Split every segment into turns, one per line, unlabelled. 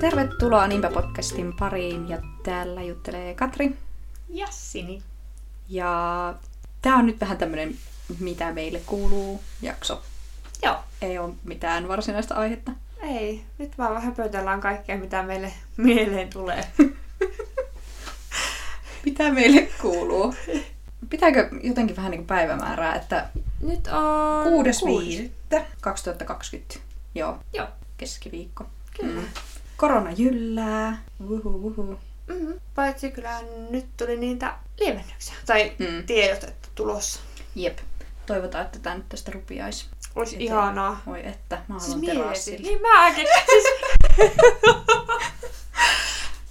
Tervetuloa Niinpä-podcastin pariin ja täällä juttelee Katri.
Jassini.
Ja tää on nyt vähän tämmönen mitä meille kuuluu jakso.
Joo.
Ei ole mitään varsinaista aihetta.
Ei, nyt vaan vähän pöytellään kaikkea, mitä meille mieleen tulee.
Mitä meille kuuluu? Pitääkö jotenkin vähän niin kuin päivämäärää, että
Nyt on...
kuudes viidettä 2020. Joo,
Joo,
keskiviikko.
kyllä.
Mm. Korona jyllää. Wuhu, wuhu.
Mm-hmm. Paitsi kyllähän nyt tuli niitä lievennyksiä. Tai
Mm.
mm. tiedotetta tulossa.
Jep. Toivotaan, että tämä nyt tästä rupiaisi.
Olisi
Joten-
ihanaa.
Voi että, mä
Siis
haluan
mieti.
terassille.
Niin mäkin. Siis...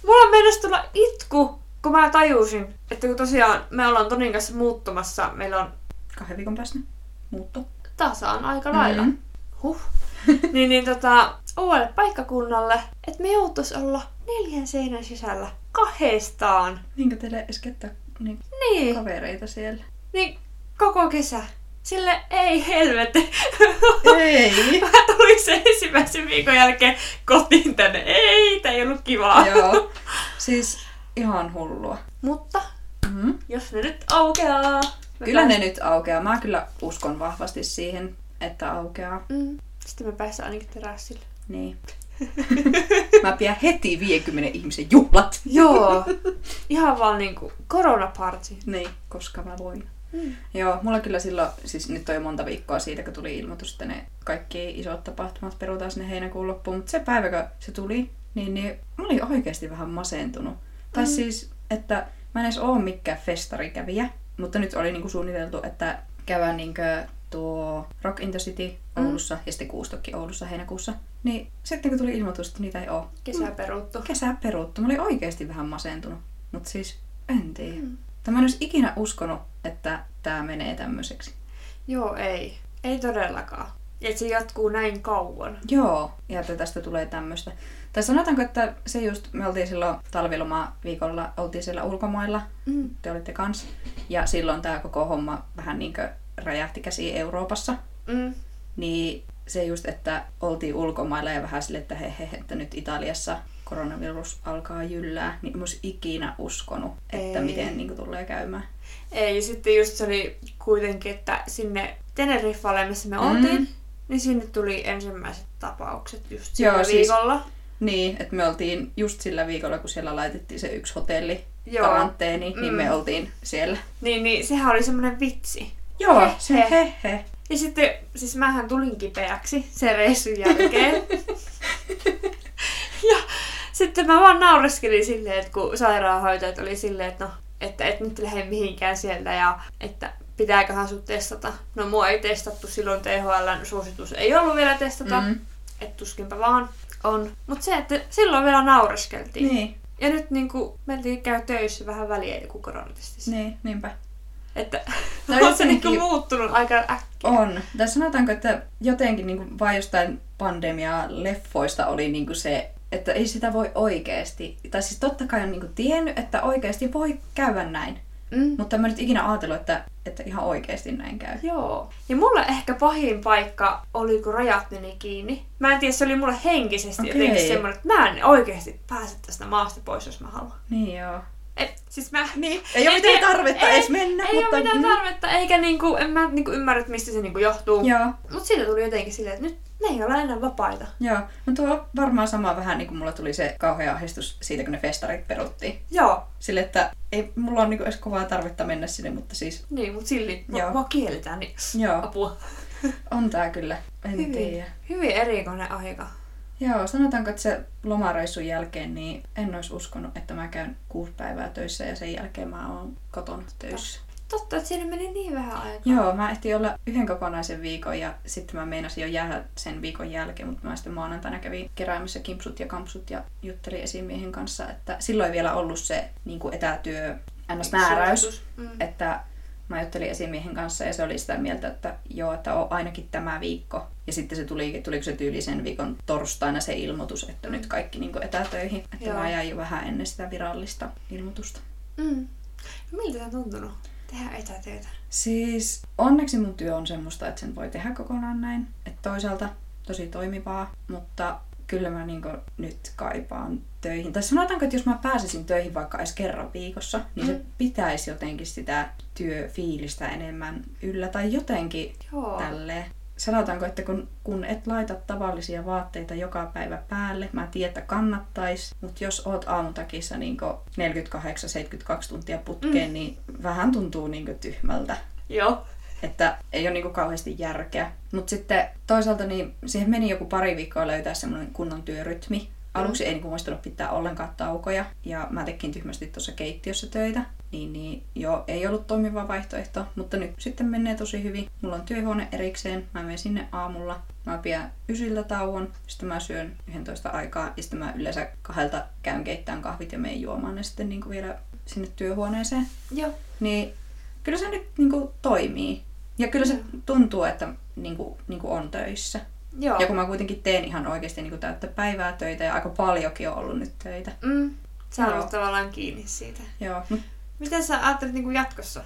Mulla mennessä tulla itku, kun mä tajusin, että kun tosiaan me ollaan Tonin kanssa muuttumassa, meillä on
Kahden viikon päästä muutto.
tasaan aika lailla.
Mhm.
huh, niin, niin tota, uudelle paikkakunnalle, että me joutuis olla neljän seinän sisällä kahdestaan.
Niinkö teille edes ketään niin,
Niin,
kavereita siellä?
niin koko kesä. Sille ei helvetti.
Ei!
Mä tulin sen ensimmäisen viikon jälkeen kotiin tänne. Ei, tää ei ollut kivaa.
Joo. Siis ihan hullua.
Mutta
Mm-hmm.
jos ne nyt aukeaa. me
Kyllä
pääs-
ne nyt aukeaa. Mä kyllä uskon vahvasti siihen, että aukeaa.
Mm. Sitten me päästään ainakin terassille.
Niin. Mä pidän heti 50 ihmisen juhlat.
Joo. Ihan vaan niinku koronaparty.
Niin, koska mä voin.
Mm.
Joo, mulla kyllä silloin, siis nyt on jo monta viikkoa siitä, kun tuli ilmoitus, että ne kaikki isot tapahtumat perutaan sinne heinäkuun loppuun, mutta se päivä, kun se tuli, niin, niin mä olin oikeasti vähän masentunut. Tai
Mm.
siis, että mä en edes oo mikään festarikävijä, mutta nyt oli niinku suunniteltu, että käydään niinku tuo Rock in the City
Mm.
Oulussa ja sitten Kuustokki Oulussa heinäkuussa. Niin sitten kun tuli ilmoitus, että niitä ei oo,
Kesä peruttu.
kesä peruttu. Mä olin oikeasti vähän masentunut, mutta siis en tiedä.
Mm.
Tai mä en olisi ikinä uskonut, että tämä menee tämmöiseksi.
Joo, ei. Ei todellakaan. Ja se jatkuu näin kauan.
Joo, ja että tästä tulee tämmöistä. Tai sanotaanko, että se just, me oltiin silloin talviloma viikolla, oltiin siellä ulkomailla,
Mm.
te olitte kans, ja silloin tämä koko homma vähän niinkö räjähti käsiin Euroopassa,
Mm.
niin se just, että oltiin ulkomailla ja vähän sille, että he, he, että nyt Italiassa koronavirus alkaa jyllää, niin en olisi ikinä uskonut, että
Ei.
miten niin tulee käymään.
Ei, ja sitten just se oli kuitenkin, että sinne Teneriffalle, missä me
Mm.
oltiin, niin sinne tuli ensimmäiset tapaukset just sillä
Joo,
Joo,
siis-
viikolla.
Niin, että me oltiin just sillä viikolla, kun siellä laitettiin se yksi hotelli
Joo.
karanteeni, niin
Mm.
me oltiin siellä.
Niin, niin sehän oli semmoinen vitsi.
Joo,
Heh
se
heh.
he he.
Ja sitten, siis mähän tulin kipeäksi sen reissun jälkeen. ja sitten mä vaan naureskelin silleen, että kun sairaanhoitajat oli silleen, että no, että et nyt lähde mihinkään sieltä ja että pitääköhän sut testata. No mua ei testattu silloin, THLn no, suositus ei ollut vielä testata, mm.
Mm.
että tuskinpa vaan on. Mutta se, että silloin vielä naureskeltiin.
Niin,
Ja nyt niinku meiltäkin käy töissä vähän väliä joku koronatestissä.
niin, niinpä.
Että
No
on se niinku
jotenkin-
muuttunut aika äkkiä.
On. Tai sanotaanko, että jotenkin niin kuin vaan jostain pandemiaa leffoista oli niin kuin se, että ei sitä voi oikeasti. Tai siis totta kai on niin kuin tiennyt, että oikeasti voi käydä näin.
Mm.
Mutta en mä nyt ikinä ajatellut, että, että ihan oikeasti näin käy.
Joo. Ja mulle ehkä pahin paikka oli, kun rajat meni kiinni. Mä en tiedä, se oli mulle henkisesti
Okei.
okay. jotenkin semmoinen, että mä en oikeasti pääse tästä maasta pois, jos mä haluan.
Niin joo.
Et, siis mä...
Niin, ei ole
en-
mitään tarvetta
ei,
edes mennä,
Ei
mutta...
ole mitään
mm.
tarvetta, eikä niinku, en mä niinku ymmärrä, että mistä se niinku johtuu.
Joo.
Mut siitä tuli jotenkin silleen, että nyt ne ei ole enää vapaita.
Joo, no tuo on varmaan sama vähän niin kuin mulla tuli se kauhea ahdistus siitä, kun ne festarit peruttiin.
Joo,
Sille, että ei mulla on niin edes kovaa tarvetta mennä sinne, mutta siis
niin, mut silti
Joo.
mua, mua kielletään, niin
joo,
apua.
on tää kyllä. En
Hyvin.
tiedä.
Hyvin erikoinen aika.
Joo, sanotaanko, että se lomareissun jälkeen, niin en olisi uskonut, että mä käyn kuusi päivää töissä ja sen jälkeen mä oon kotona töissä.
Totta, että siinä meni niin vähän aikaa.
Joo, mä ehtin olla yhden kokonaisen viikon ja sitten mä meinasin jo jäädä sen viikon jälkeen, mutta mä sitten maanantaina kävin keräämässä kimpsut ja kampsut ja juttelin esimiehen kanssa, että silloin ei vielä ollut se niin kuin etätyö
Niin,
ns-määräys,
Mm.
että mä juttelin esimiehen kanssa ja se oli sitä mieltä, että joo, että on ainakin tämä viikko. Ja sitten se tuli, tuliko se tyyli sen viikon torstaina se ilmoitus, että
Mm.
nyt kaikki niin etätöihin. Että
Joo.
mä jäin jo vähän ennen sitä virallista ilmoitusta.
Mm. Miltä se on tuntunut tehdä etätöitä?
Siis onneksi mun työ on semmoista, että sen voi tehdä kokonaan näin. Että toisaalta tosi toimivaa, mutta kyllä mä niin nyt kaipaan töihin. Tai sanotaanko, että jos mä pääsisin töihin vaikka edes kerran viikossa, niin mm. se pitäisi jotenkin sitä työfiilistä enemmän yllä tai jotenkin
Joo.
tälleen. Sanotaanko, että kun, kun et laita tavallisia vaatteita joka päivä päälle, mä tiedän, että kannattais, mutta jos oot aamutakissa niin 48-72 tuntia putkeen, mm. niin vähän tuntuu niin tyhmältä
Joo.
että ei ole niinku kauheasti järkeä. Mutta sitten toisaalta niin siihen meni joku pari viikkoa löytää semmoinen kunnon työrytmi. Aluksi ei niinku muistanut pitää ollenkaan taukoja ja mä tekin tyhmästi tuossa keittiössä töitä. Niin, niin joo, ei ollut toimiva vaihtoehto, mutta nyt sitten menee tosi hyvin. Mulla on työhuone erikseen, mä menen sinne aamulla, mä pidän ysiltä tauon, sitten mä syön 11 aikaa ja sitten mä yleensä kahdelta käyn keittämään kahvit ja menen juomaan ne sitten niinku vielä sinne työhuoneeseen.
Joo.
Niin kyllä se nyt niinku toimii. Ja kyllä se tuntuu, että niinku, niinku on töissä.
Mm. Joo.
Ja kun mä kuitenkin teen ihan oikeasti niinku täyttä päivää töitä ja aika paljonkin on ollut nyt töitä.
Mm. Sä
Joo.
olet tavallaan kiinni siitä.
Joo. mut-
Miten sä ajattelet niin kuin jatkossa?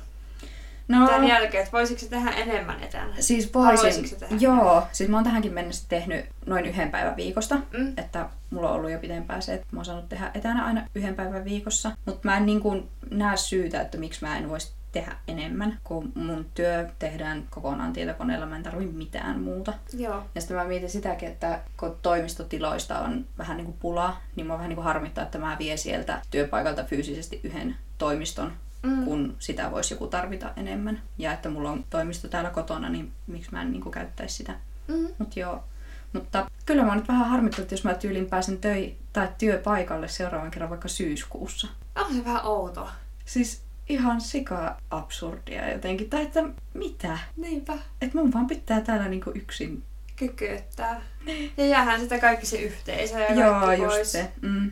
No,
Tämän jälkeen, että voisitko sä tehdä enemmän etänä?
siis
Haluaisitko
voisin.
sä tehdä?
Joo. Siis mä oon tähänkin mennessä tehnyt noin yhden päivän viikosta.
Mm.
Että mulla on ollut jo pitempään se, että mä oon saanut tehdä etänä aina yhden päivän viikossa. Mutta mä en niinku näe syytä, että miksi mä en voisi tehdä enemmän, kun mun työ tehdään kokonaan tietokoneella, mä en tarvi mitään muuta.
Joo.
Ja sitten mä mietin sitäkin, että kun toimistotiloista on vähän niin kuin pula, niin mä vähän niin kuin harmittaa, että mä vien sieltä työpaikalta fyysisesti yhden toimiston,
Mm.
mm. kun sitä voisi joku tarvita enemmän. Ja että mulla on toimisto täällä kotona, niin miksi mä en niin kuin käyttäisi sitä.
Mm.
Mut joo. Mutta kyllä mä oon nyt vähän harmittanut, että jos mä tyylin pääsen töi- tai työpaikalle seuraavan kerran vaikka syyskuussa.
Onko se vähän outoa?
Siis ihan sika absurdia jotenkin. Tai että mitä?
Niinpä.
Että mun vaan pitää täällä niinku yksin.
Kykyyttää. Ja jäähän sitä kaikki se yhteisö ja
Joo,
kaikki
just
pois.
se. Mm.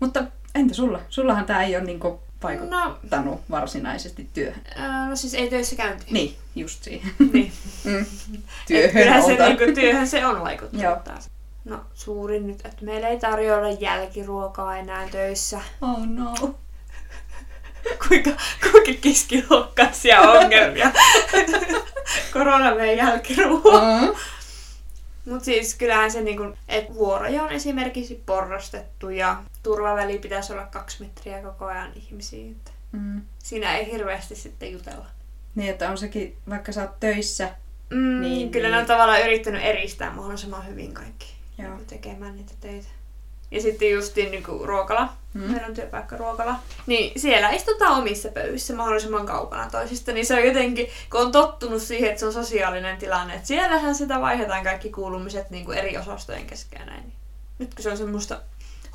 Mutta entä sulla? Sullahan tämä ei ole niinku vaikuttanut
No,
varsinaisesti työhön.
äh, no siis ei töissä käynti.
Niin, just siihen.
niin.
Mm.
Et Kyllä
Työhön
se,
otan.
niinku, työhön se on vaikuttanut
Joo.
taas. No suurin nyt, että meillä ei tarjolla jälkiruokaa enää töissä.
Oh no.
Kuinka, kuinka keskiluokkaisia ongelmia. Korona vei jälkiruokaa.
Mm.
Mutta siis kyllähän se niinku, et vuoroja on esimerkiksi porrastettu ja turvaväli pitäisi olla kaksi metriä koko ajan ihmisiin. että
Mm.
Siinä ei hirveästi sitten jutella.
Niin, että on sekin, vaikka sä oot töissä.
Mm, niin,
Niin,
kyllä ne on
niin.
tavallaan yrittänyt eristää mahdollisimman hyvin kaikki
Joo.
niinku tekemään niitä töitä. Ja sitten justiin niin kuin ruokala, mm.
Mm.
meillä on työpaikka ruokala, niin siellä istutaan omissa pöydissä mahdollisimman kaukana toisista. Niin se on jotenkin, kun on tottunut siihen, että se on sosiaalinen tilanne, että siellähän sitä vaihdetaan kaikki kuulumiset niin kuin eri osastojen kesken ja näin. Nyt kun se on semmoista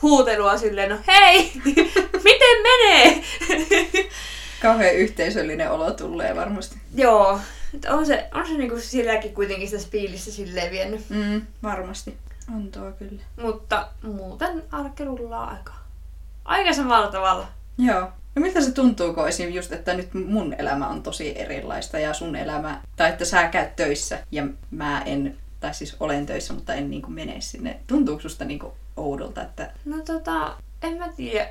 huutelua silleen, no hei, miten menee?
Kauhean yhteisöllinen olo tulee varmasti.
Joo, Et on se, on se niinku silläkin kuitenkin sitä spiilistä silleen vienyt.
Mm. Varmasti. On tuo kyllä.
Mutta muuten arki rullaa aika. Aika samalla tavalla.
Joo. No miltä se tuntuu, kun esim. just, että nyt mun elämä on tosi erilaista ja sun elämä, tai että sä käyt töissä ja mä en, tai siis olen töissä, mutta en niin kuin mene sinne. Tuntuuko susta niin kuin oudolta, että
No tota, en mä tiedä.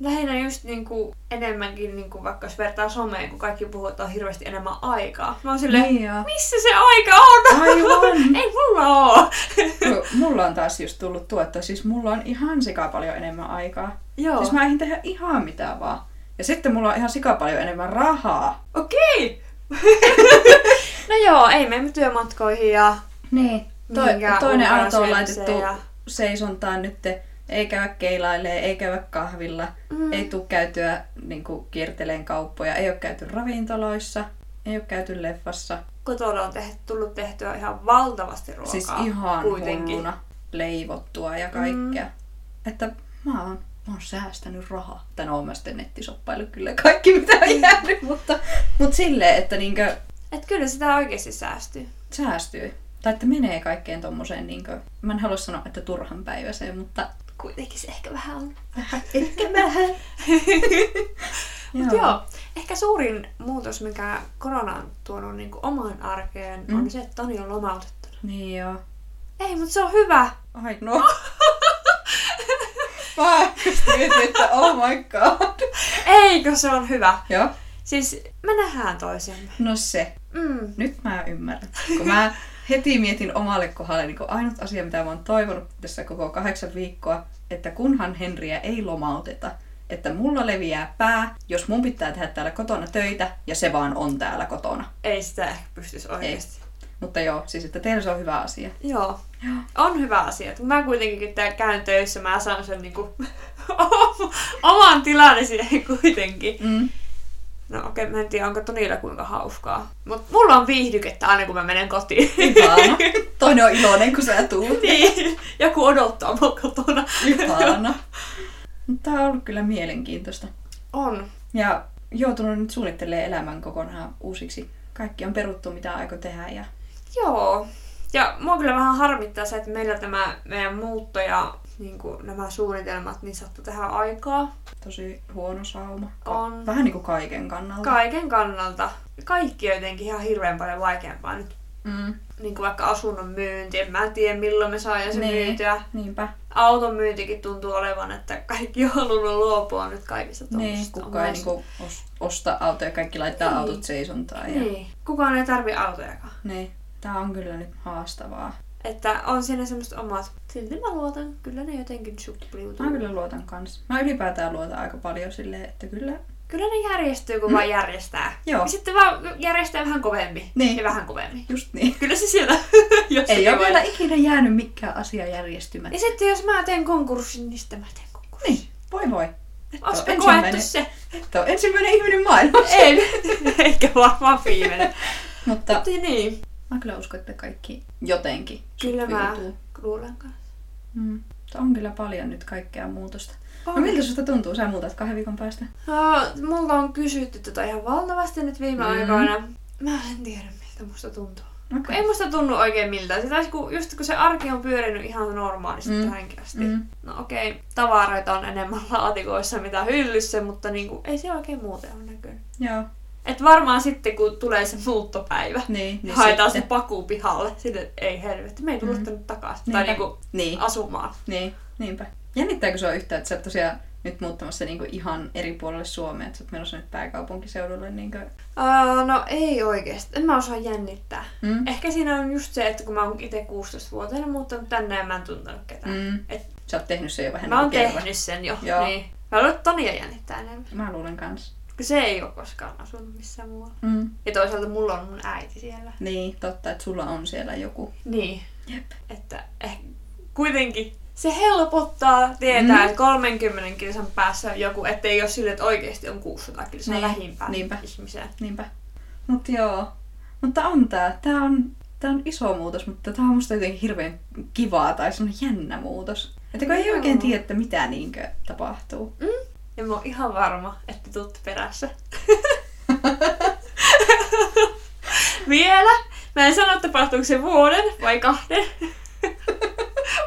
Lähinnä just niinku enemmänkin niinku vaikka jos vertaa someen, kun kaikki puhuu, että on hirveästi enemmän aikaa. Mä oon silleen,
Niin joo.
missä se aika on?
Aivan.
Ei mulla oo.
Kun mulla on taas just tullut tuo, että siis mulla on ihan sika paljon enemmän aikaa.
Joo.
Siis mä en tehdä ihan mitään vaan. Ja sitten mulla on ihan sika paljon enemmän rahaa.
Okei. no joo, ei mennä työmatkoihin ja...
Niin. To-
Mihinkään
toinen
ulkona
auto on
syömiseen
laitettu
ja-
seisontaan nyt, ei käydä keilailee, ei käydä kahvilla,
Mm.
mm. ei tule käytyä niin kuin, kierteleen kauppoja, ei ole käyty ravintoloissa, ei ole käyty leffassa.
Kotona on tehty, tullut tehtyä ihan valtavasti ruokaa.
Siis ihan
kuitenkin.
hulluna leivottua ja kaikkea. Mm. Että mä oon, mä oon säästänyt rahaa. Tai no oon mä sitten nettisoppailu kyllä kaikki mitä
Niin.
on jäänyt, mutta, mutta silleen, että niinkö
Et kyllä sitä oikeasti säästyy.
säästyy. Tai että menee kaikkeen tommoseen, niinkö, mä en halua sanoa, että turhan päiväiseen, mutta
Kuitenkin se ehkä vähän on.
ehkä vähän.
Mut joo, ehkä suurin muutos, mikä korona on tuonut niin omaan arkeen, mm. on
Mm.
se, että Toni on lomautettuna.
Niin joo.
Ei, mutta se on hyvä.
Ai no. Mä just mietin, että oh my god.
Eikö se on hyvä?
Joo.
Siis me nähdään toisemme.
No se.
Mm.
Nyt mä ymmärrän. Kun mä heti mietin omalle kohdalle niin ainut asia, mitä mä oon toivonut tässä koko kahdeksan viikkoa, että kunhan Henriä ei lomauteta, että mulla leviää pää, jos mun pitää tehdä täällä kotona töitä, ja se vaan on täällä kotona.
Ei sitä ehkä pystyisi oikeasti.
Mutta joo, siis että teillä se on hyvä asia.
Joo. On hyvä asia. että Mä kuitenkin kun tää käyn töissä, mä saan sen niinku oman tilani siihen kuitenkin.
Mm.
No okei, mä en tiedä, onko Tonilla kuinka hauskaa. Mut mulla on viihdykettä aina, kun mä menen kotiin.
Ihana. Toinen on iloinen, kun sä tuut.
niin. Joku odottaa mua kotona.
Ihana. Tämä on ollut kyllä mielenkiintoista.
On.
Ja joutunut nyt suunnittelemaan elämän kokonaan uusiksi. Kaikki on peruttu, mitä aiko tehdä. Ja...
Joo. Ja mua kyllä vähän harmittaa se, että meillä tämä meidän muutto ja niin kuin nämä suunnitelmat niin sattu tähän aikaa.
Tosi huono sauma.
On.
Vähän niin kuin kaiken kannalta.
Kaiken kannalta. Kaikki on jotenkin ihan hirveän paljon vaikeampaa nyt.
mm.
Niin kuin vaikka asunnon myynti, en mä tiedä milloin me saadaan se
Niin.
myytyä.
Niinpä.
Auton myyntikin tuntuu olevan, että kaikki on halunnut luopua nyt kaikista
Niin,
tuommoista.
kukaan ei niinku os- osta autoja, kaikki laittaa
Niin.
autot seisontaan. Ja...
Niin. Kukaan ei tarvi autojakaan.
Niin. Tämä on kyllä nyt haastavaa.
Että on siinä semmoiset omat. Silti mä luotan, kyllä ne jotenkin suppliutuu.
Mä kyllä luotan kans. Mä ylipäätään luotan aika paljon silleen, että kyllä...
Kyllä ne järjestyy, kun mm. vaan järjestää.
Joo.
Ja sitten vaan järjestää vähän kovemmin.
Niin.
Ja vähän kovemmin.
Just niin.
Kyllä se sieltä jossakin
Ei ole
vaiheessa-
vielä ikinä jäänyt mikään asia järjestymättä.
Ja sitten jos mä teen konkurssin, niin sitten mä teen konkurssin.
Niin, voi voi. Että
Olisiko
on
koettu
ensimmäinen,
se?
että on ensimmäinen ihminen maailmassa.
En. Eikä varmaan viimeinen.
Mutta
Mutta niin.
mä kyllä uskon, että kaikki jotenkin
Kyllä mä
sutviutuu.
luulen kanssa.
Mm. Mutta on kyllä paljon nyt kaikkea muutosta. No
On.
miltä susta tuntuu? Sä muutat kahden viikon päästä.
Ö, multa No, on kysytty tätä ihan valtavasti nyt viime
Mm.
aikoina. Mä en tiedä, miltä musta tuntuu.
Okay.
Ei musta tunnu oikein miltään. Se taisi, kun, just kun se arki on pyörinyt ihan normaalisti
Mm.
mm. tähänkin asti. Mm.
Mm.
No okei, tavaroita on enemmän laatikoissa mitä hyllyssä, mutta niinku, ei se oikein muuten ole näkynyt.
Joo,
Et varmaan sitten, kun tulee se muuttopäivä,
niin.
niin
niin
haetaan
sitten.
se pakuu pihalle. Sitten, ei helvetti, me ei tulla
Mm.
mm. tänne takaisin.
Niinpä.
Tai niinku
Niin,
asumaan.
niin, niinpä. Jännittääkö sua yhtään, että sä oot tosiaan nyt muuttamassa niinku ihan eri puolelle Suomea, että sä oot menossa nyt pääkaupunkiseudulle? Niinku...
Uh, no ei oikeesti. En mä osaa jännittää.
Mm?
Ehkä siinä on just se, että kun mä oon itse 16-vuotiaana muuttanut tänne ja mä en tuntenut ketään.
Mm.
Et-
Sä oot tehnyt se jo vähän
mä oon
niinku kerran.
tehnyt sen jo.
Joo.
Niin. Mä luulen, että Tonia jännittää enemmän.
Mä luulen kans.
Kun se ei ole koskaan asunut missään muualla.
Mm.
Ja toisaalta mulla on mun äiti siellä.
Niin, totta, että sulla on siellä joku.
Niin.
Jep.
Että eh, kuitenkin se helpottaa tietää,
Mm.
että 30 kilsan päässä on joku, ettei ole sille, että oikeasti on 600 kilsaa
Niin,
lähimpään
niinpä.
ihmiseen.
Niinpä. Mut joo. Mutta on tää. Tää on, tää on iso muutos, mutta tää on musta jotenkin hirveän kivaa tai semmonen jännä muutos. Että kun ei
Joo.
oikein tiedä, että mitä niinkö tapahtuu.
Ja mä oon ihan varma, että tuutte perässä. Vielä. Mä en sano, tapahtuuko se vuoden vai kahden.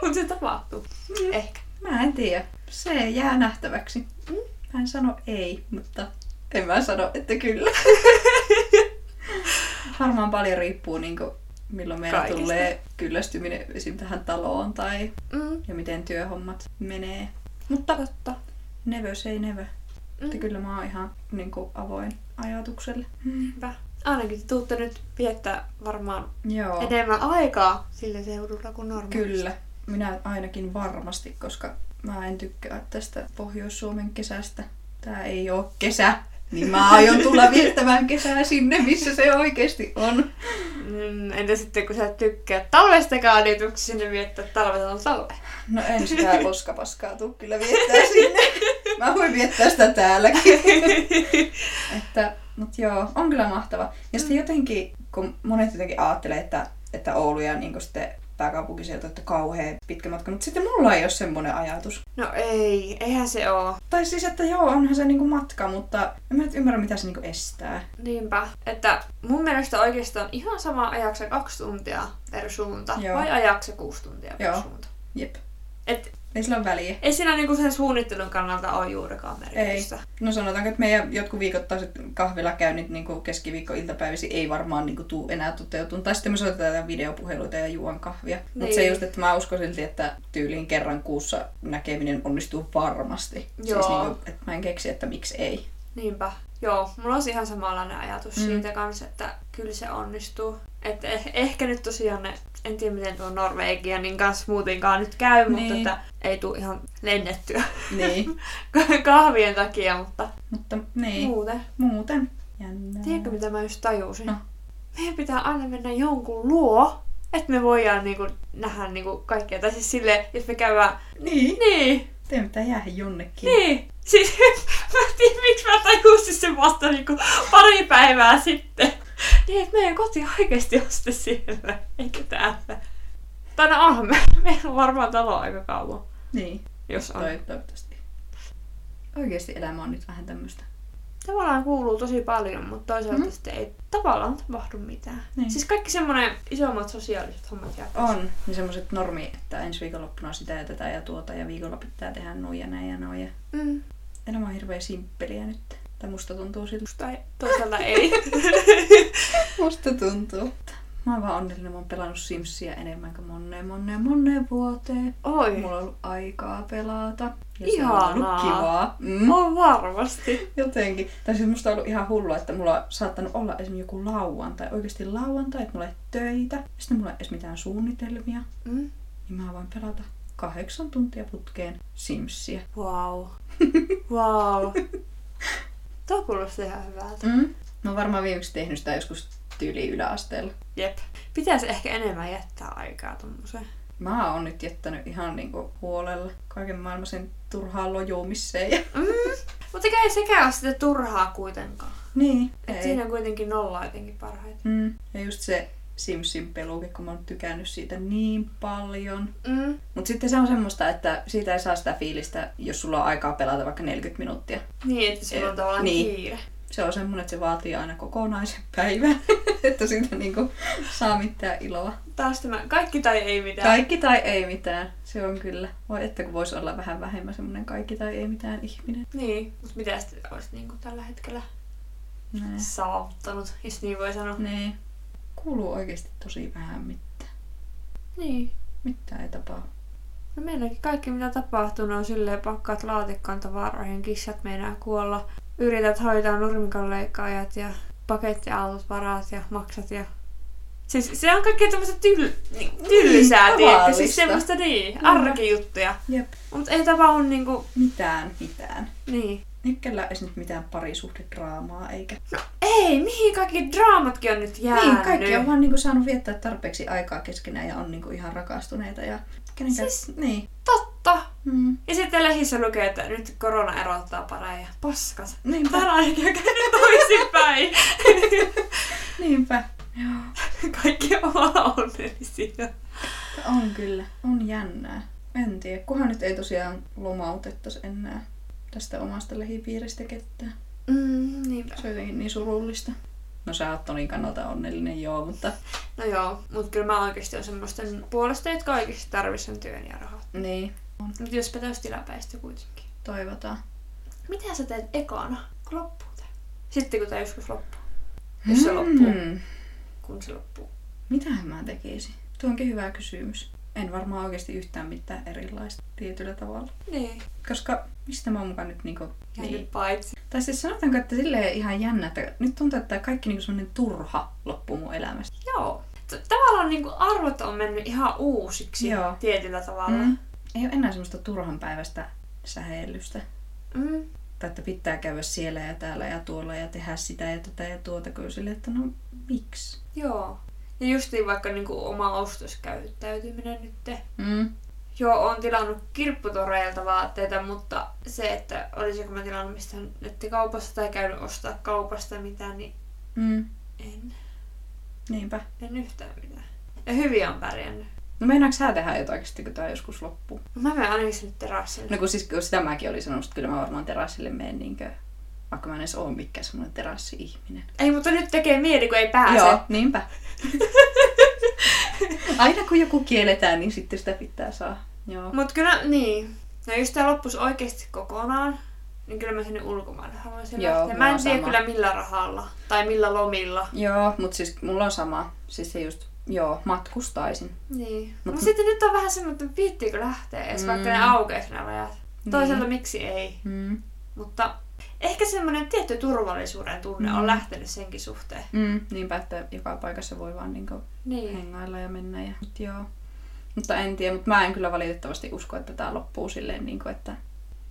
Mutta se tapahtuu.
Mm.
Ehkä.
Mä en tiedä. Se jää nähtäväksi. Mm, Mä en sano ei, mutta en mä sano, että kyllä. Varmaan paljon riippuu niinku milloin meillä
Kaikista.
tulee kyllästyminen esim. tähän taloon tai
Mm.
ja miten työhommat menee. Mutta
Totta.
Never say never. Että
Mm.
kyllä mä oon ihan niin kuin, avoin ajatukselle. Mm.
Hyvä. Ainakin te tuutte nyt viettää varmaan
Joo,
enemmän aikaa sillä seudulla kuin normaalisti.
kyllä. Minä ainakin varmasti, koska mä en tykkää tästä Pohjois-Suomen kesästä. Tää ei oo kesä, niin mä aion tulla viettämään kesää sinne, missä se oikeasti on.
Mm, entä sitten kun sä et tykkää talvestakaan, niin tuutko sinne viettää talvet on talve?
No en sitä roskapaskaa tuu kyllä viettää sinne. Mä voin viettää sitä täälläkin. että, mut joo, on kyllä mahtava. Ja sitten jotenkin, kun monet jotenkin ajattelee, että, että Oulu ja niin sitten pääkaupunkiseutu, että kauhean pitkä matka, mutta sitten mulla ei ole semmoinen ajatus.
No ei, eihän se oo.
Tai siis, että joo, onhan se niinku matka, mutta en mä nyt ymmärrä, mitä se niinku estää.
Niinpä. Että mun mielestä oikeastaan ihan sama ajaksa kaksi tuntia per suunta
Joo.
Joo. vai ajaksa kuusi tuntia per
Joo.
Joo. suunta.
Jep.
Et
Ei sillä ole väliä.
ei siinä niinku sen suunnittelun kannalta ole juurikaan merkitystä. Ei.
No sanotaanko, että meidän jotkut viikoittaiset kahvilakäynnit niin keskiviikko-iltapäivisi ei varmaan niin kuin, tuu enää toteutumaan. Tai sitten me soitetaan videopuheluita ja juon kahvia. Niin. Mutta se
Niin.
just, että mä uskon silti, että tyyliin kerran kuussa näkeminen onnistuu varmasti. Siis
Joo.
niin kuin, että mä en keksi, että miksi ei.
Niinpä. Joo, mulla on ihan samanlainen ajatus
Mm.
mm. siitä kanssa, että kyllä se onnistuu. Et eh- ehkä nyt tosiaan ne, en tiedä miten tuo Norvegia niin kanssa muutenkaan nyt käy, niin.
Niin.
mutta että ei tule ihan lennettyä
Niin.
kahvien takia, mutta
Mutta niin,
muuten.
muuten. Jännää.
Tiedätkö mitä mä just tajusin?
No.
Meidän pitää aina mennä jonkun luo, että me voidaan niinku nähdä niinku kaikkea. Tai siis silleen, jos me käydään...
Niin.
Niin,
Teidän pitää jäädä jonnekin.
niin. Siis mä en tiedä, miksi mä tajusin sen vasta niinku pari päivää sitten. Niin, että meidän koti oikeasti on sitten siellä, eikä täällä. Tai no onhan me, meillä on varmaan talo aika kauan,
Niin.
jos on.
Toi, toivottavasti. Oikeasti elämä on nyt vähän tämmöistä.
Tavallaan kuuluu tosi paljon, mutta toisaalta
Mhm.
mm. sitten ei tavallaan tapahdu mitään.
Niin.
Siis kaikki semmonen isommat sosiaaliset hommat jää pois.
On. Niin semmoiset normi, että ensi viikonloppuna on sitä ja tätä ja tuota ja viikolla pitää tehdä noin ja näin ja noin. Ja
Mm.
elämä on hirveän simppeliä nyt. Tai musta tuntuu siltä.
Tai toisaalta ei.
Musta tuntuu. Mä oon vaan onnellinen, mä oon pelannut Simsia enemmän kuin monneen, monneen, monneen vuoteen.
Oi.
Mulla on ollut aikaa pelata. Ja se on ollut
Ihanaa.
kivaa. Mm.
On varmasti.
Jotenkin. Tai siis musta on ollut ihan hullua, että mulla on saattanut olla esimerkiksi joku lauantai, oikeasti lauantai, että mulla ei ole töitä. Sitten mulla ei ole edes mitään suunnitelmia.
Mm.
Niin mä voin pelata kahdeksan tuntia putkeen Simsia.
Wow. Wow. Tuo kuulosti ihan hyvältä.
Mm. Mä oon varmaan viimeksi tehnyt sitä joskus tyyli yläasteella.
Jep. Pitäisi ehkä enemmän jättää aikaa tommoseen.
Mä oon nyt jättänyt ihan niinku huolella kaiken maailmaisen turhaan lojumiseen. Ja...
Mutta ei sekään ole sitä turhaa kuitenkaan.
Niin.
Et siinä on kuitenkin nolla jotenkin parhaiten.
Mm. Ja just se Simsin peluke, kun mä oon tykännyt siitä niin paljon.
Mm.
Mutta sitten se on semmoista, että siitä ei saa sitä fiilistä, jos sulla on aikaa pelata vaikka 40 minuuttia.
Niin, että sulla
Eh,
on tavallaan
niin.
niin. kiire.
Se on semmoinen, että se vaatii aina kokonaisen päivän, että siitä niinku saa mitään iloa.
Taas tämä kaikki tai ei mitään.
Kaikki tai ei mitään, se on kyllä. Voi että kun voisi olla vähän vähemmän semmoinen kaikki tai ei mitään ihminen.
Niin, mutta mitä sitten olisi niinku tällä hetkellä Eh.
Näin.
saavuttanut, jos niin voi sanoa.
Niin. Kuuluu oikeasti tosi vähän mitään.
Niin.
Mitään ei tapaa.
No meilläkin kaikki mitä tapahtuu ne on silleen pakkaat laatikkoon tavaroihin, kissat meinaa kuolla. Yrität hoitaa nurmikonleikkaajat ja pakettiautot varaat ja maksat ja... Siis se on kaikkea tämmöistä tyl... niin, tylsää,
Niin,
tiedätkö?
tavallista. Mm.
Siis semmoista niin,
Kyllä.
arkijuttuja.
Jep.
Mutta ei tapahdu niinku...
Mitään, mitään.
Niin.
Nyt ei edes nyt mitään parisuhdedraamaa eikä
Ei, mihin kaikki draamatkin on nyt jäänyt?
Niin, kaikki on vaan niinku saanut viettää tarpeeksi aikaa keskenään ja on niinku ihan rakastuneita. Ja kenenkään...
Siis-
Niin.
Totta!
Mm.
Ja sitten lehdissä lukee, että nyt korona erottaa pareja. Paskas.
Niinpä,
Täällä on ehkä käynyt toisinpäin.
niinpä. Joo.
Kaikki on onnellisia.
On kyllä. On jännää. En tiedä. Kunhan nyt ei tosiaan lomautettaisi enää tästä omasta lähipiiristä ketään.
Mm, niinpä.
Se on jotenkin niin surullista. No sä oot Tonin kannalta onnellinen joo, mutta...
No joo, mutta kyllä mä oikeasti on semmoisten puolesta, jotka oikeasti tarvitsen työn ja rahat.
Niin,
Mutta jos täys tilapäistä kuitenkin.
toivotaan.
Mitä sä teet ekana, kun loppuu tää? Sitten kun tää joskus loppuu. Jos se loppuu.
Mm.
Kun se loppuu.
Mitähän mä tekisin? Tuo onkin hyvä kysymys. En varmaan oikeasti yhtään mitään erilaista tietyllä tavalla.
Niin.
Koska mistä mä oon mukaan nyt niinku...
Ja niin. paitsi.
Tai siis sanotaanko, että silleen ihan jännä, että nyt tuntuu, että kaikki niinku semmoinen turha loppuu mun elämästä.
Joo. T- Tavallaan niinku arvot on mennyt ihan uusiksi
Joo.
tietyllä tavalla.
Mm.
Mm.
Ei ole enää semmoista turhan päivästä sähellystä.
Mm.
Tai että pitää käydä siellä ja täällä ja tuolla ja tehdä sitä ja tätä ja tuota. Kyllä silleen, että no miksi?
Joo. Ja justiin vaikka niinku oma ostoskäyttäytyminen nyt.
Mm.
Joo, on tilannut kirpputoreilta vaatteita, mutta se, että olisiko mä tilannut mistään nettikaupasta tai käynyt ostaa kaupasta mitään, niin
Mm.
en,
Niinpä.
en yhtään mitään. Ja hyvin on pärjännyt.
No meinaatko sä tehdä jotain, oikeasti, kun tää joskus loppuu?
No mä menen ainakin sinne terassille.
No kun siis kun sitä mäkin olin sanonut, että kyllä mä varmaan terassille menen niinkö, vaikka mä en edes oo mikään semmoinen terassi-ihminen.
Ei, mutta nyt tekee mieli, kun ei pääse.
Joo, niinpä. Aina kun joku kielletään, niin sitten sitä pitää saa. Joo.
Mut kyllä, niin. No jos tää loppus oikeesti kokonaan, niin kyllä mä sinne ulkomaille haluaisin
Joo,
lähteä.
mulla
Mä en
on
tiedä
sama.
kyllä millä rahalla tai millä lomilla.
Joo, mutta siis mulla on sama. Siis se just, joo, matkustaisin.
Niin.
Mut-
Mut, sitten nyt on vähän semmoinen, että viittiinkö lähteä edes, mm. vaikka ne
Mm.
aukeisi nämä rajat.
Niin.
Toisaalta miksi ei?
Mm.
Mutta ehkä semmoinen tietty turvallisuuden tunne mm.
Mm.
on lähtenyt senkin suhteen.
Mm, niinpä, että joka paikassa voi vaan niinku
Niin.
hengailla ja mennä. Ja, mut joo. Mutta en tiedä, mutta mä en kyllä valitettavasti usko, että tämä loppuu silleen, niinku, että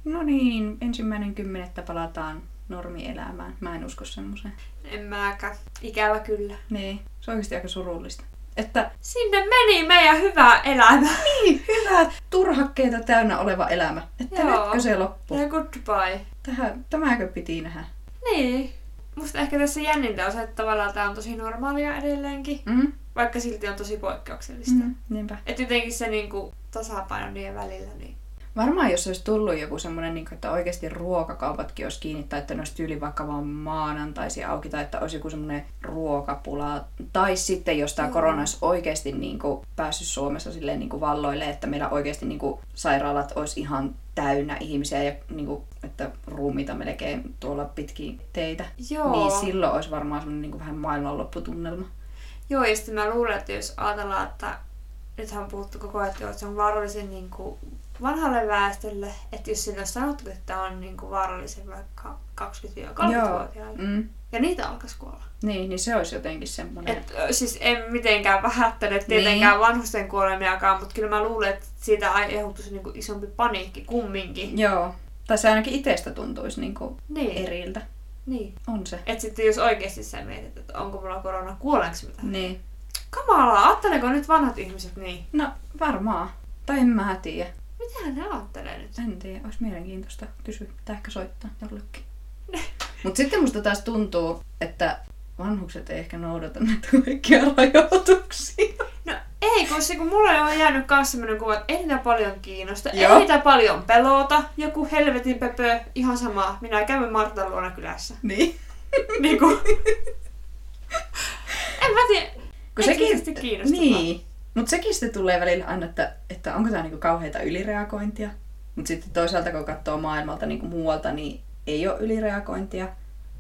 no niin, ensimmäinen kymmenettä palataan normielämään. Mä en usko semmoiseen.
En mäkään. Ikävä kyllä.
Niin, se on oikeasti aika surullista. Että
Sinne meni meidän hyvä elämä.
niin, hyvä, turhakkeita täynnä oleva elämä. Että
Joo.
Joo. nytkö se loppuu?
Ja goodbye.
Tähän, tämäkö piti nähdä?
Niin. Musta ehkä tässä jännintä on se, että tavallaan tää on tosi normaalia edelleenkin,
Mm?
vaikka silti on tosi poikkeuksellista. Mm.
Mm, niinpä.
Et jotenkin se niinku tasapaino niiden välillä, niin...
Varmaan jos olisi tullut joku semmoinen, niin että oikeasti ruokakaupatkin olisi kiinni, tai että ne olisi tyyli vaikka vaan maanantaisi auki, tai että olisi joku semmoinen ruokapula. Tai sitten jos tämä
Joo.
korona olisi oikeasti niin kuin, päässyt Suomessa silleen, niin kuin, valloille, että meillä oikeasti niin kuin, sairaalat olisi ihan täynnä ihmisiä, ja niin kuin, että ruumiita melkein tuolla pitkin teitä.
Joo.
Niin silloin olisi varmaan semmoinen niin kuin, vähän maailmanlopputunnelma.
Joo, ja sitten mä luulen, että jos ajatellaan, että nythän on puhuttu koko ajan, että joo, se on vaarallisen niin kuin vanhalle väestölle, että jos sinne olisi sanottu, että tämä on niin kuin vaarallisen vaikka 20-30-vuotiaille,
Mm.
ja niitä alkaisi kuolla.
Niin, niin se olisi jotenkin semmoinen.
Et, ö, siis en mitenkään vähättänyt tietenkään niin. vanhusten kuolemiakaan, mutta kyllä mä luulen, että siitä aiheutuisi niinku isompi paniikki kumminkin.
Joo. Tai se ainakin itsestä tuntuisi niin kuin,
Niin.
eriltä.
Niin.
On se.
Et sitten jos oikeasti sä mietit, että onko mulla korona, kuoleeko mitä?
Niin.
Kamalaa, ajatteleeko nyt vanhat ihmiset niin?
No varmaan. Tai en mä tiedä.
Mitähän ne ajattelee nyt?
En tiedä. Olisi mielenkiintoista kysyä. Tai ehkä soittaa jollekin. Mutta sitten musta taas tuntuu, että vanhukset ei ehkä noudata näitä kaikkia rajoituksia.
No ei, kun, se, kun mulle on jäänyt myös sellainen kuva, että ei niitä paljon kiinnosta, ei
Joo.
niitä paljon pelota, joku helvetin pöpö, ihan sama, minä käyn Martan luona kylässä.
Niin.
niin kuin... en mä tiedä,
Kun
Ei
sekin...
se kiinnosta.
Niin. Mutta sekin sitten tulee välillä aina, että, että onko tämä niinku kauheita ylireagointia. Mutta sitten toisaalta kun katsoo maailmalta niinku muualta, niin ei ole ylireagointia.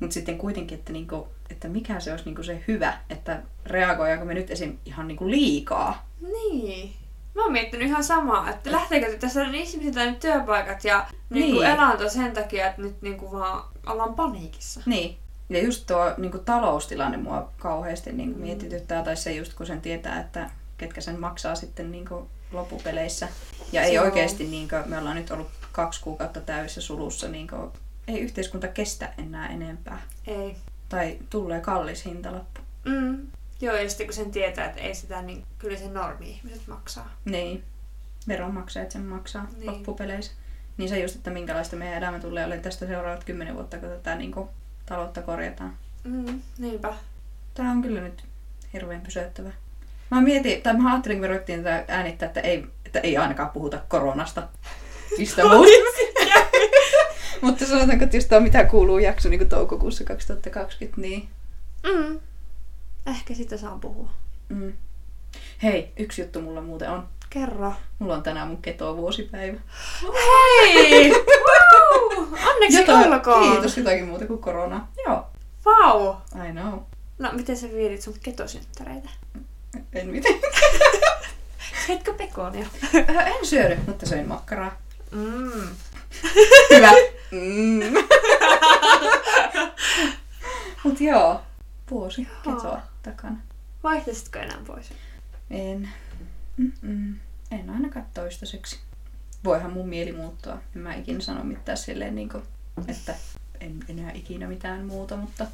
Mutta sitten kuitenkin, että, niinku, että mikä se olisi niinku se hyvä, että reagoidaanko me nyt esim. ihan niinku liikaa.
Niin. Mä oon miettinyt ihan samaa, että lähteekö tässä on ihmisiltä nyt työpaikat ja niin. Niin
Niin.
elanto sen takia, että nyt niin kuin vaan ollaan paniikissa.
Niin. Ja just tuo niin kuin taloustilanne mua kauheasti niin kuin mietityttää, tai se just kun sen tietää, että ketkä sen maksaa sitten niin kuin loppupeleissä. Ja ei
Joo.
oikeasti, niin kuin, me ollaan nyt ollut kaksi kuukautta täysissä sulussa, niin kuin, ei yhteiskunta kestä enää enempää.
Ei.
Tai tulee kallis hintalappu.
Mm. Joo, ja sitten kun sen tietää, että ei sitä, niin kyllä se normi ihmiset maksaa.
Niin. Veronmaksajat sen maksaa
Niin.
niin. loppupeleissä. Niin se just, että minkälaista meidän elämä tulee olemaan tästä seuraavat kymmenen vuotta, kun tätä niin kuin, taloutta korjataan.
Mm. Niinpä.
Tää on kyllä nyt hirveän pysäyttävä. Mä mietin, tai mä ajattelin, kun me ruvettiin tätä äänittää, että ei, että ei ainakaan puhuta koronasta. Mistä muuta. Mutta sanotaanko, että jos tää on mitä kuuluu jakso niin toukokuussa 2020, niin...
Mm. Ehkä sitä saa puhua.
Mm. Hei, yksi juttu mulla muuten on.
Kerro.
Mulla on tänään mun keto vuosipäivä.
Hei! Woo! Onneksi olkoon!
Kiitos jotakin muuta kuin korona. Joo,
Vau!
I know.
No, miten sä viedit sun ketosynttäreitä?
En miten.
Syötkö pekonia?
en syönyt, mutta söin makkaraa.
Mm.
Hyvä. Mm. Mut joo, vuosi
Joo.
ketoa takana.
Vaihtaisitko enää pois?
En. Mm-mm. En ainakaan toistaiseksi. Voihan mun mieli muuttua. En mä ikinä sano mitään silleen, niin kuin, että en enää ikinä mitään muuta, mutta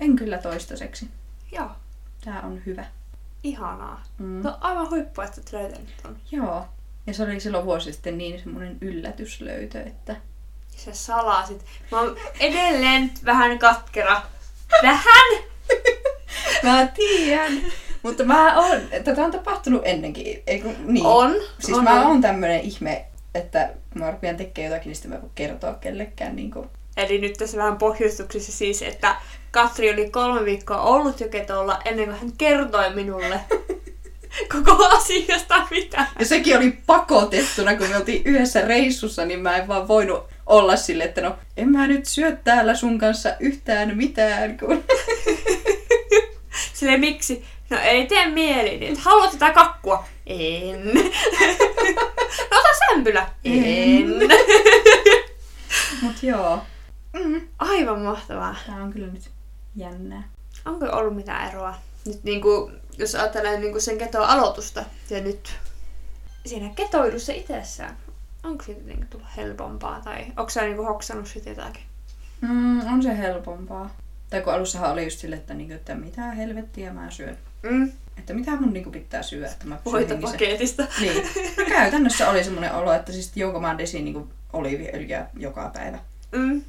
en kyllä toistaiseksi.
Joo.
Tää on hyvä.
Ihanaa.
Mm.
No aivan huippua, että olet löytänyt ton.
Joo. Ja se oli silloin vuosi sitten niin semmoinen yllätyslöytö, että...
Ja sä salasit. Mä oon edelleen vähän katkera. Vähän?
Mä tiedän, mutta mä oon... Tätä on tapahtunut ennenkin, eikö niin?
On.
Siis
on,
mä
on.
oon tämmönen ihme, että kun mä rupean tekemään jotakin, niin sitten mä en voi kertoa kellekään. Niin kuin...
Eli nyt tässä vähän pohjustuksessa siis, että Katri oli kolme viikkoa ollut jo ketolla ennen kuin hän kertoi minulle koko asiasta mitä.
Ja sekin oli pakotettuna, kun me oltiin yhdessä reissussa, niin mä en vaan voinut olla sille, että no en mä nyt syö täällä sun kanssa yhtään mitään. Kun...
Sille miksi? No ei tee mieli, niin et haluat tätä kakkua? En. no Mm. ota sämpylä? En.
Mut joo. Mm. Tää on kyllä nyt jännää.
Onko ollut mitään eroa? Nyt niin kuin, jos ajattelee niin kuin sen keton aloitusta ja nyt siinä ketoilussa itsessään, onko siitä niin kuin tullut helpompaa tai onko sä niin kuin hoksannut sitä jotakin?
Mm, on se helpompaa. Tai kun alussahan oli just sille, että, niinku, että mitä helvettiä mä syön.
Mm.
Että mitä mun niinku pitää syödä, että mä pysyn
Voita
hengissä.
paketista.
Niin. No käytännössä oli semmoinen olo, että siis juonko mä desiin niinku oliiviöljyä joka päivä.
Mm.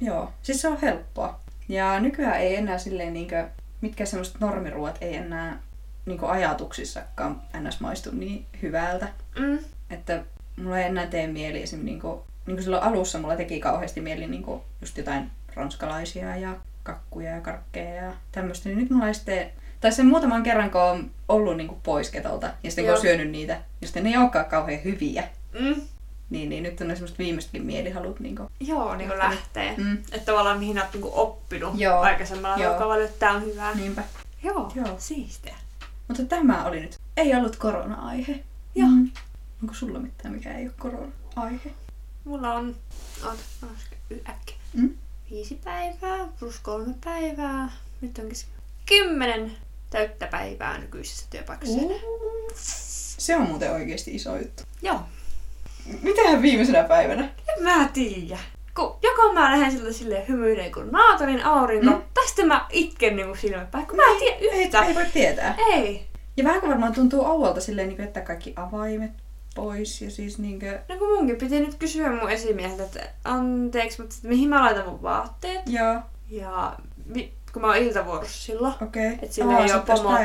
Joo, siis se on helppoa. Ja nykyään ei enää silleen niinkö, mitkä semmoiset normiruot ei enää niinku ajatuksissakaan ns. maistu niin hyvältä.
Mm.
Että mulla ei enää tee mieli esim. Niinku, niinku silloin alussa mulla teki kauheasti mieli niinku just jotain ranskalaisia ja kakkuja ja karkkeja ja tämmöistä. Niin nyt mulla ei sitten, tai sen muutaman kerran kun on ollut niinku pois ketolta ja sitten kun
Joo.
on syönyt niitä, niin sitten ne ei olekaan kauhean hyviä.
Mm.
Niin, niin nyt on ne semmoiset viimeisetkin mielihalut. Niinku.
Joo, niin kuin
Lähtenyt.
lähtee.
Mm.
Että tavallaan mihin olet niin kuin oppinut
Joo.
aikaisemmalla
Joo.
ruokavalla, että tämä on hyvää.
Niinpä.
Joo,
Joo.
siistiä.
Mutta tämä oli nyt. Ei ollut korona-aihe.
Joo.
Mm. Onko sulla mitään, mikä ei ole korona-aihe?
Mulla on, oot, olisiko y- äkkiä,
Mm?
viisi päivää plus kolme päivää. Nyt on kes- kymmenen täyttä päivää nykyisessä työpaikassa. Uh.
Se on muuten oikeasti iso juttu.
Joo.
Mitähän viimeisenä päivänä?
En mä tiedä. Kun joko mä lähden siltä silleen hymyilen kuin naatarin aurinko, mm.
Mm. Niin.
tai sitten mä itken niinku silmät päin, kun mä en tiedä yhtä.
Ei voi tietää.
Ei.
Ja vähän kun varmaan tuntuu oudolta silleen, niin että kaikki avaimet pois ja siis niinkö...
No kun munkin piti nyt kysyä mun esimieheltä, että anteeksi, mutta että mihin mä laitan mun vaatteet?
Joo,
Ja mi- kun mä oon iltavuorossa silloin,
okei. Okay.
Et sillä ei oo pomot.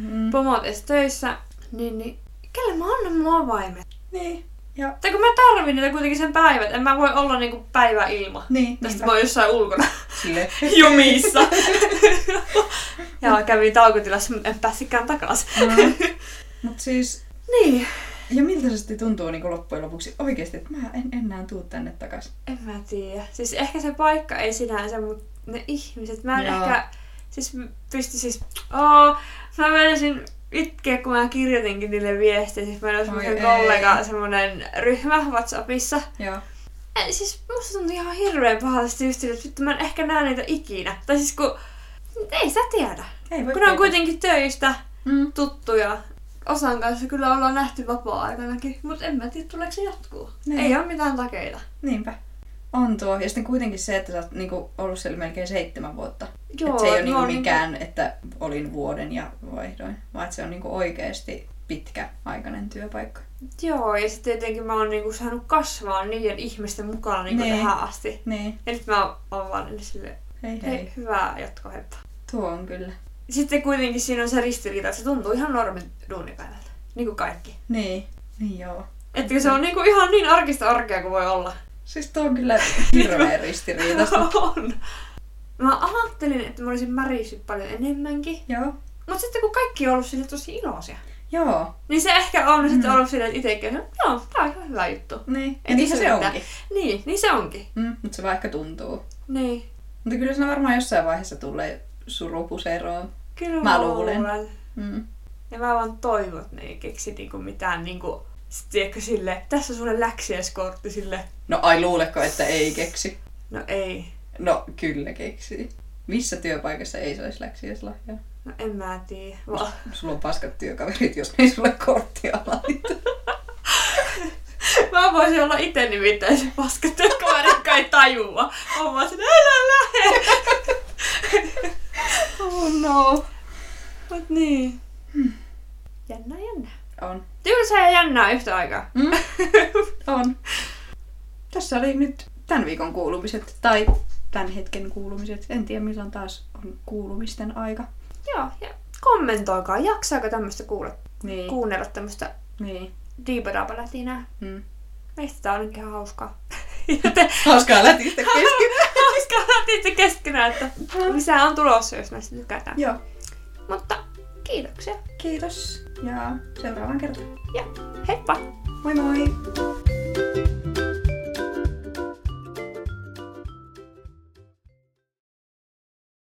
Mm.
pomot edes töissä, niin, niin kelle mä annan mun avaimet?
niin, ja...
Tai kun mä tarvin niitä kuitenkin sen päivät, en mä voi olla niinku päivä ilma.
Niin,
Tästä
niinpä.
mä oon jossain ulkona
Silleen.
jumissa. ja kävin taukotilassa, mutta en päässikään takaisin.
Mm. Mut siis,
Niin,
ja miltä se sitten tuntuu niin loppujen lopuksi oikeasti, että mä en enää tuu tänne takas.
en mä tiedä. Siis ehkä se paikka ei sinänsä, mutta ne ihmiset, mä en
Joo.
ehkä... Siis m- pysty siis... Oo, mä menisin itkeä, kun mä kirjoitinkin niille viestiä. Siis meillä on semmoinen
ei.
kollega, semmoinen ryhmä WhatsAppissa,
Joo.
Ei, siis musta tuntuu ihan hirveän pahalta just sille, että vittu mä en ehkä näe niitä ikinä. Tai siis kun... Ei sitä tiedä.
Ei voi
Kun ne
tietää.
on kuitenkin töistä
Mm.
tuttuja. Osan kanssa kyllä ollaan nähty vapaa-aikanakin, mutta en mä tiedä tuleeko se jatkuu.
Niin.
Ei ole mitään takeita.
Niinpä. On tuo. Ja sitten kuitenkin se, että sä oot niinku ollut siellä melkein seitsemän vuotta.
Joo,
et se ei ole
no
niinku
niinku-
mikään, että olin vuoden ja vaihdoin. Vaan että se on niinku oikeasti pitkä aikainen työpaikka.
Joo, ja sitten tietenkin mä oon niinku saanut kasvaa niiden ihmisten mukana niinku
Niin.
tähän asti.
Niin.
Ja nyt mä oon vaan ennen silleen,
Hei hei.
hei,
hei.
hyvää jatkoa heippa.
Tuo on kyllä.
Sitten kuitenkin siinä on se ristiriita, että se tuntuu ihan normin duunipäivältä. Niin kuin kaikki.
Niin. Niin joo.
Että kun se on niinku ihan niin arkista arkea kuin voi olla.
Siis tuo on kyllä hirveä ristiriitasta.
on. Mä ajattelin, että mä olisin märissyt paljon enemmänkin.
joo.
Mutta sitten kun kaikki on ollut sille tosi iloisia,
Joo.
niin se ehkä on mm. sitten
Mm.
ollut silleen, että itsekin, että joo, tää on ihan hyvä juttu.
Niin.
Ei
Ja niinhän se
mitään.
onkin.
Niin, niin se onkin.
Mm, mutta se vaikka tuntuu.
Niin.
Mutta kyllä siinä varmaan jossain vaiheessa tulee surupuseroon.
Kyllä
Mä luulen.
luulen.
Mm.
Ja mä vaan toivon, että ne ei keksi niinku mitään niinku, sit tiedätkö sille, tässä on sulle läksiäiskortti sille.
No ai luuleko, että ei keksi?
No ei.
No kyllä keksii. Missä työpaikassa ei saisi läksiäislahjaa?
No en mä tiedä. Vaan.
Sulla on paskat työkaverit, jos ne ei sulle korttia laita.
Mä voisin olla itse nimittäin se paska työkaveri, joka ei tajua. Mä oon vaan silleen, älä lähe!
Oh no.
Mut niin. Jännää, jännää.
On.
Tylsää ja jännää yhtä aikaa.
Mm? on. Tässä oli nyt tämän viikon kuulumiset tai tämän hetken kuulumiset. En tiedä milloin taas on kuulumisten aika.
Joo, ja kommentoikaa, jaksaako tämmöistä kuulla,
Niin. Ku-
kuunnella tämmöistä
niin.
diipadapalätinää.
Mm.
Meistä tää on ainakin ihan hauskaa. Joten
Hauskaa lätistä kesken.
hauskaa itse keskenään, että lisää on tulossa, jos näistä tykätään.
Joo.
Mutta kiitoksia
Kiitos ja seuraavaan kertaan.
ja heippa!
Moi moi!